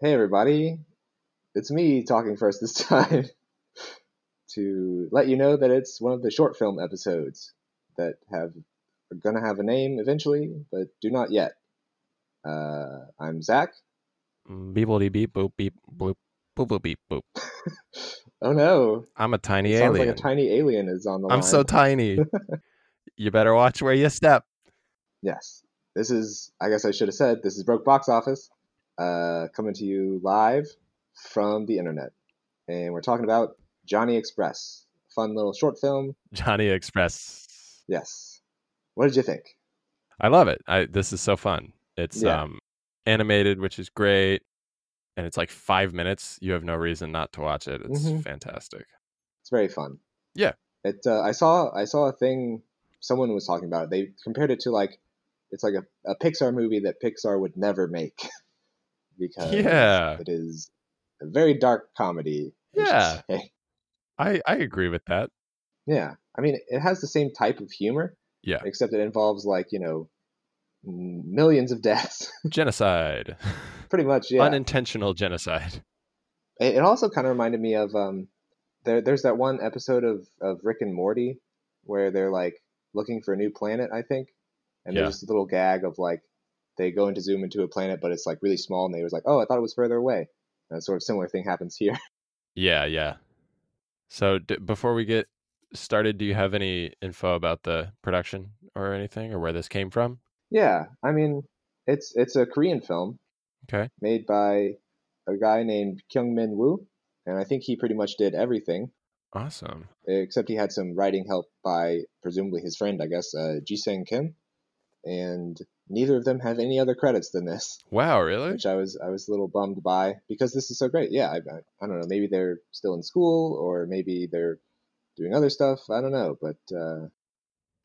Hey everybody, it's me talking first this time to let you know that it's one of the short film episodes that have are gonna have a name eventually, but do not yet. Uh, I'm Zach. Beebledy beep boop beep bloop boop boop beep boop. Oh no, I'm a tiny it sounds alien. like a tiny alien is on the line. I'm so tiny. you better watch where you step. Yes. This is, I guess I should have said, this is Broke Box Office, uh, coming to you live from the internet. And we're talking about Johnny Express, fun little short film. Johnny Express. Yes. What did you think? I love it. I this is so fun. It's Yeah. um animated, which is great. And it's like five minutes. You have no reason not to watch it. It's Mhm. fantastic. It's very fun. Yeah. It. Uh, I saw. I saw a thing. Someone was talking about it. They compared it to like, it's like a, a Pixar movie that Pixar would never make because Yeah. it is a very dark comedy. I should Yeah. say. I, I agree with that. Yeah. I mean, it has the same type of humor, Yeah. except it involves like you know, m- millions of deaths. Genocide. Pretty much. Yeah. Unintentional genocide. It, it also kind of reminded me of um, there, there's that one episode of, of Rick and Morty where they're like looking for a new planet, I think, and Yeah. there's this little gag of like they go into zoom into a planet, but it's like really small, and they was like, oh, I thought it was further away. And a sort of similar thing happens here. Yeah, yeah. So d- before we get started, do you have any info about the production or anything, or where this came from? yeah, I mean, it's it's a Korean film Okay. made by a guy named Kyung Min Woo, and I think he pretty much did everything Awesome. except he had some writing help by presumably his friend, I guess, uh, Jisung Kim, and neither of them have any other credits than this, Wow, really? which I was I was a little bummed by because this is so great. Yeah, I, I, I don't know, maybe they're still in school or maybe they're doing other stuff. I don't know, but uh,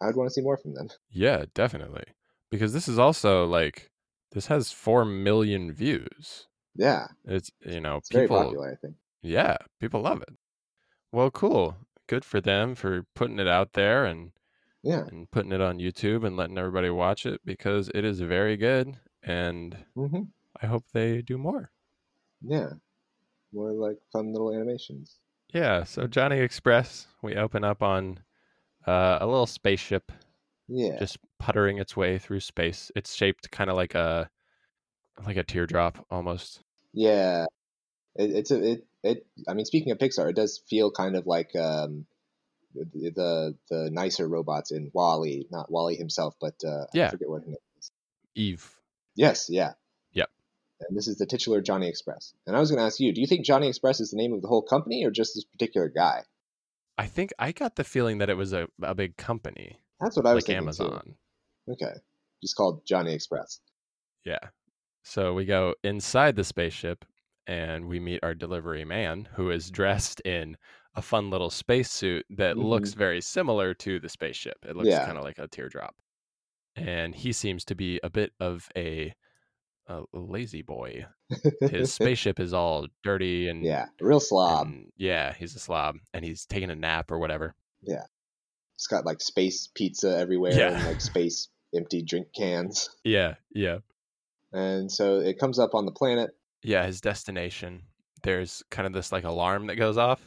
I would want to see more from them. Yeah, definitely. Because this is also like this has 4 million views. Yeah, It's, you know, it's very people popular, I think. yeah, people love it. Well, cool. Good for them for putting it out there and Yeah, and putting it on YouTube and letting everybody watch it because it is very good and hmm I hope they do more. yeah, more like fun little animations. Yeah, so Johnny Express, we open up on uh, a little spaceship Yeah, just puttering its way through space. It's shaped kind of like a like a teardrop almost. yeah. It, it's a, it it. I mean, speaking of Pixar, it does feel kind of like um, the the the nicer robots in Wally, not Wally himself, but uh, I Yeah. forget what his name is. Eve. Yes, yeah, Yep. And this is the titular Johnny Express. And I was going to ask you, do you think Johnny Express is the name of the whole company or just this particular guy? I think I got the feeling that it was a, a big company That's what I was like thinking Amazon. too. Okay, just called Johnny Express. Yeah. So we go inside the spaceship and we meet our delivery man who is dressed in a fun little spacesuit that Mhm. looks very similar to the spaceship. It looks Yeah. kind of like a teardrop. And he seems to be a bit of a, a lazy boy. His spaceship is all dirty and yeah, real slob. and yeah, he's a slob and he's taking a nap or whatever. It's got like space pizza everywhere Yeah. and like space empty drink cans. Yeah, yeah. And so it comes up on the planet. Yeah, his destination. There's kind of this like alarm that goes off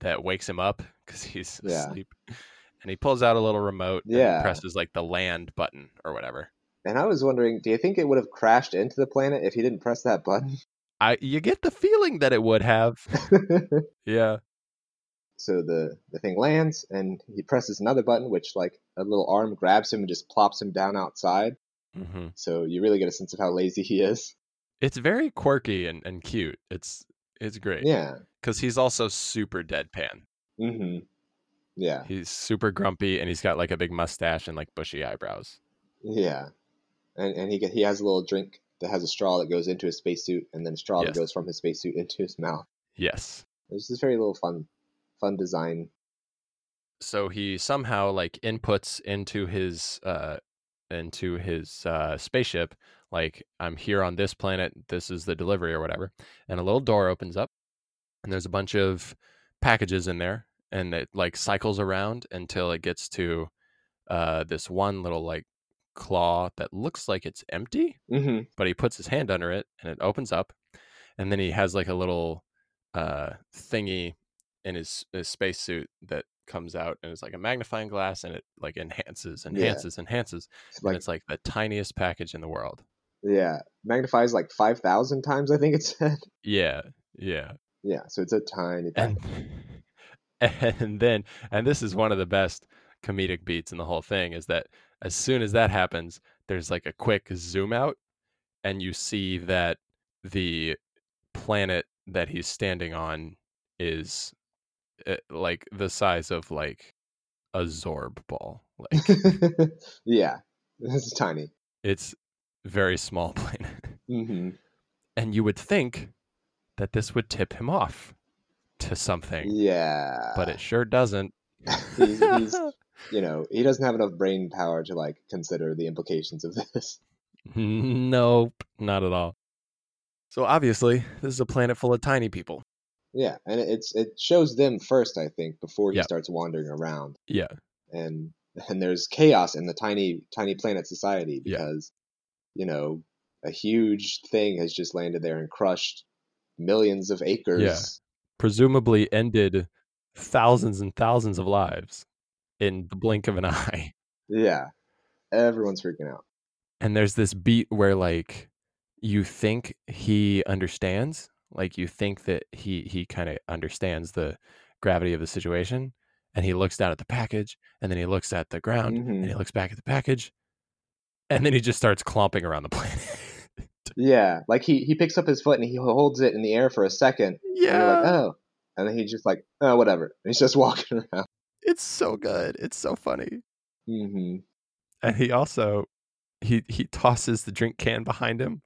that wakes him up because he's Yeah. asleep. And he pulls out a little remote Yeah. and presses like the land button or whatever. And I was wondering, do you think it would have crashed into the planet if he didn't press that button? I you get the feeling that it would have. yeah. so the the thing lands and he presses another button which like a little arm grabs him and just plops him down outside hmm so you really get a sense of how lazy he is It's very quirky and, and cute. It's it's great yeah because he's also super deadpan. hmm yeah He's super grumpy and he's got like a big mustache and like bushy eyebrows. yeah and and he get, he has a little drink that has a straw that goes into his spacesuit and then a straw Yes. that goes from his spacesuit into his mouth Yes. it's just very little fun fun design so he somehow like inputs into his uh into his uh spaceship like i'm here on this planet this is the delivery or whatever and a little door opens up and there's a bunch of packages in there and it like cycles around until it gets to uh this one little like claw that looks like it's empty hmm but he puts his hand under it and it opens up and then he has like a little uh thingy in his, his spacesuit that comes out and it's like a magnifying glass and it like enhances Yeah. enhances enhances It's and like it's like the tiniest package in the world yeah, magnifies like five thousand times. I think it said. yeah yeah Yeah, so it's a tiny. and and then and this is one of the best comedic beats in the whole thing is that as soon as that happens there's like a quick zoom out and you see that the planet that he's standing on is uh, like the size of like a zorb ball like pack. yeah, it's tiny. it's very small planet hmm and you would think that this would tip him off to something Yeah, but it sure doesn't He's- he's- you know he doesn't have enough brain power to like consider the implications of this. Nope, not at all. So obviously, this is a planet full of tiny people. Yeah, and it- it's it shows them first, I think, before he Yeah. starts wandering around. Yeah. And and there's chaos in the tiny tiny planet society Yeah. because you know a huge thing has just landed there and crushed millions of acres. Presumably ended thousands and thousands of lives in the blink of an eye. Yeah. Everyone's freaking out. And there's this beat where like you think he understands, like you think that he he kind of understands the gravity of the situation and he looks down at the package and then he looks at the ground and Mhm. he looks back at the package and then he just starts clomping around the planet. Yeah. Like he he picks up his foot and he holds it in the air for a second. And you're like, "Oh." And then he's just like, "Oh, whatever." And he's just walking around. it's so good it's so funny Mhm. and he also he he tosses the drink can behind him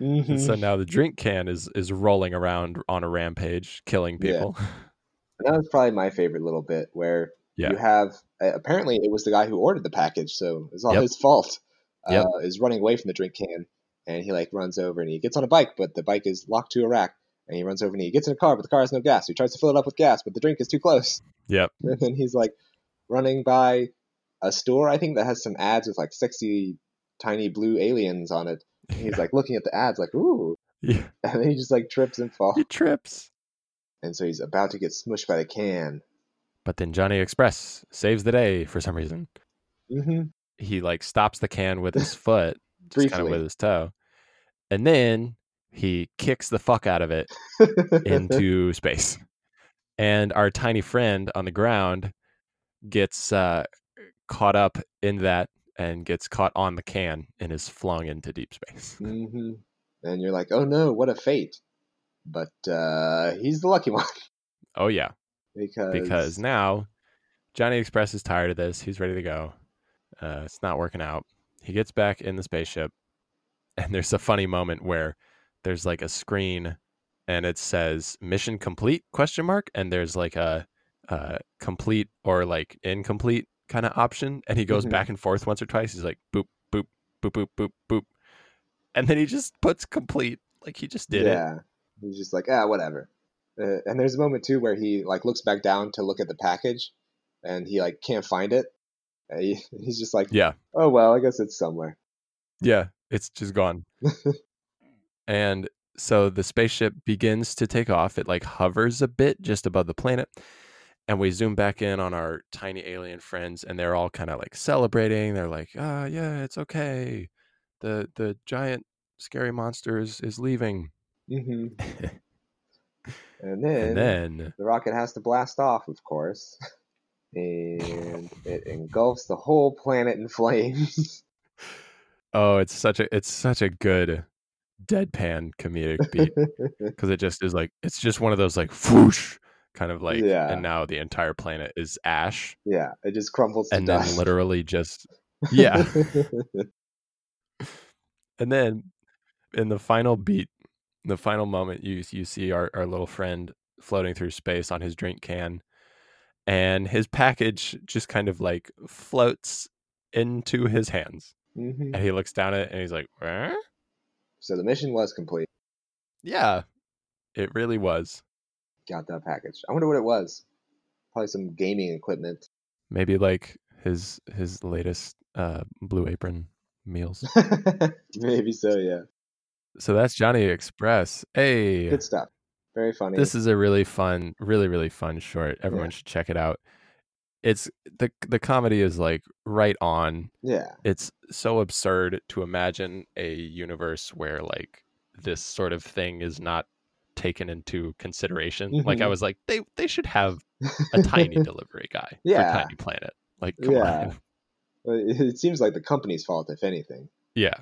Mhm. and so now the drink can is is rolling around on a rampage killing Yeah. people And that was probably my favorite little bit where Yeah. you have uh, apparently it was the guy who ordered the package, so it's all Yep. his fault. Uh, Yep. Is running away from the drink can, and he like runs over and he gets on a bike, but the bike is locked to a rack. And he runs over and he gets in a car, but the car has no gas. He tries to fill it up with gas, but the drink is too close. yep And then he's like running by a store, I think, that has some ads with like sexy, tiny blue aliens on it. And he's like looking at the ads, like, ooh. yeah. And then he just like trips and falls. he trips And so he's about to get smushed by the can. but then johnny express saves the day for some reason Mm-hmm. he like stops the can with his foot just kind of Briefly. with his toe and then he kicks the fuck out of it Mm-hmm. into space. And our tiny friend on the ground gets uh, caught up in that and gets caught on the can and is flung into deep space. hmm And you're like, oh no, what a fate. But uh, he's the lucky one Oh, yeah. because Because now Johnny Express is tired of this. He's ready to go. Uh, it's not working out. He gets back in the spaceship, and there's a funny moment where there's like a screen and it says mission complete question mark and there's like a uh, complete or like incomplete kind of option and he goes Mhm. back and forth once or twice he's like boop boop boop boop boop boop and then he just puts complete like he just did it yeah, he's just like, ah, whatever. Uh, and there's a moment too where he like looks back down to look at the package, and he like can't find it. And he- he's just like, yeah oh well, I guess it's somewhere. Yeah, it's just gone. and so the spaceship begins to take off. It like hovers a bit just above the planet. And we zoom back in on our tiny alien friends, and they're all kind of like celebrating. They're like, ah, yeah, it's okay. The the giant scary monster is, is leaving. hmm And And then, then the rocket has to blast off, of course, and it engulfs the whole planet in flames. oh, it's such a it's such a good deadpan comedic beat. because it just is like it's just one of those like whoosh kind of like Yeah. and now the entire planet is ash yeah, it just crumbles to and then dust. literally just yeah and then in the final beat the final moment you you see our, our little friend floating through space on his drink can and his package just kind of like floats into his hands hmm and he looks down at it and he's like "Huh?" So the mission was complete. yeah it really was Got that package. I wonder what it was. Probably some gaming equipment. maybe like his his latest uh blue apron meals Maybe so, yeah. So that's Johnny Express. Hey, Good stuff. Very funny. this is a really fun, really really fun short. Everyone should check it out. It's the the comedy is like right on. yeah. It's so absurd to imagine a universe where like this sort of thing is not taken into consideration. Like I Mhm. was like they they should have a tiny delivery guy Yeah. for Tiny Planet. Like come Yeah. on. But it it seems like the company's fault, if anything. Yeah.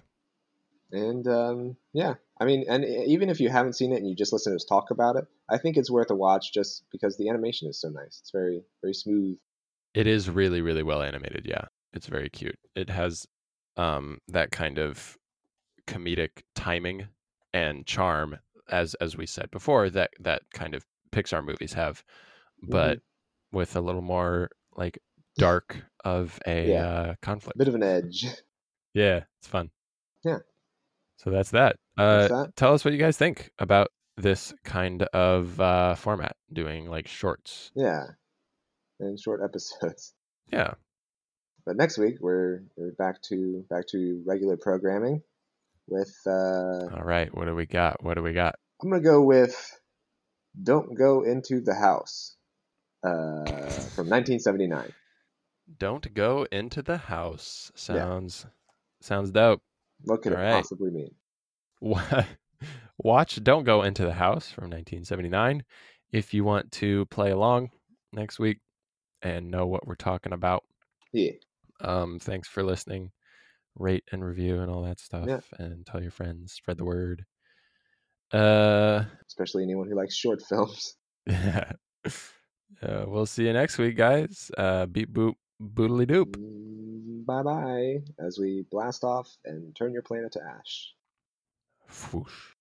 And um, yeah, I mean, and e- even if you haven't seen it and you just listen to us talk about it, I think it's worth a watch just because the animation is so nice. It's very, very smooth. It is really, really well animated. Yeah. It's very cute. It has um that kind of comedic timing and charm as as we said before that that kind of Pixar movies have but Mm-hmm. with a little more like dark of a Yeah. uh conflict. Bit of an edge. Yeah, it's fun. Yeah. So that's that. Uh That's that. tell us what you guys think about this kind of uh format doing like shorts. Yeah. And short episodes. Yeah. But next week we're we're back to back to regular programming with uh All right. What do we got? What do we got? I'm gonna go with Don't Go Into the House. Uh from nineteen seventy nine. Don't go into the house. Sounds sounds dope. What could All it right. possibly mean? Wa- Watch Don't Go Into the House from 1979 if you want to play along next week and know what we're talking about. Yeah. Um thanks for listening. Rate and review and all that stuff Yeah. and tell your friends, spread the word. Uh, Especially anyone who likes short films. uh we'll see you next week guys. Uh beep boop boodly doop. Bye bye as we blast off and turn your planet to ash. Whoosh.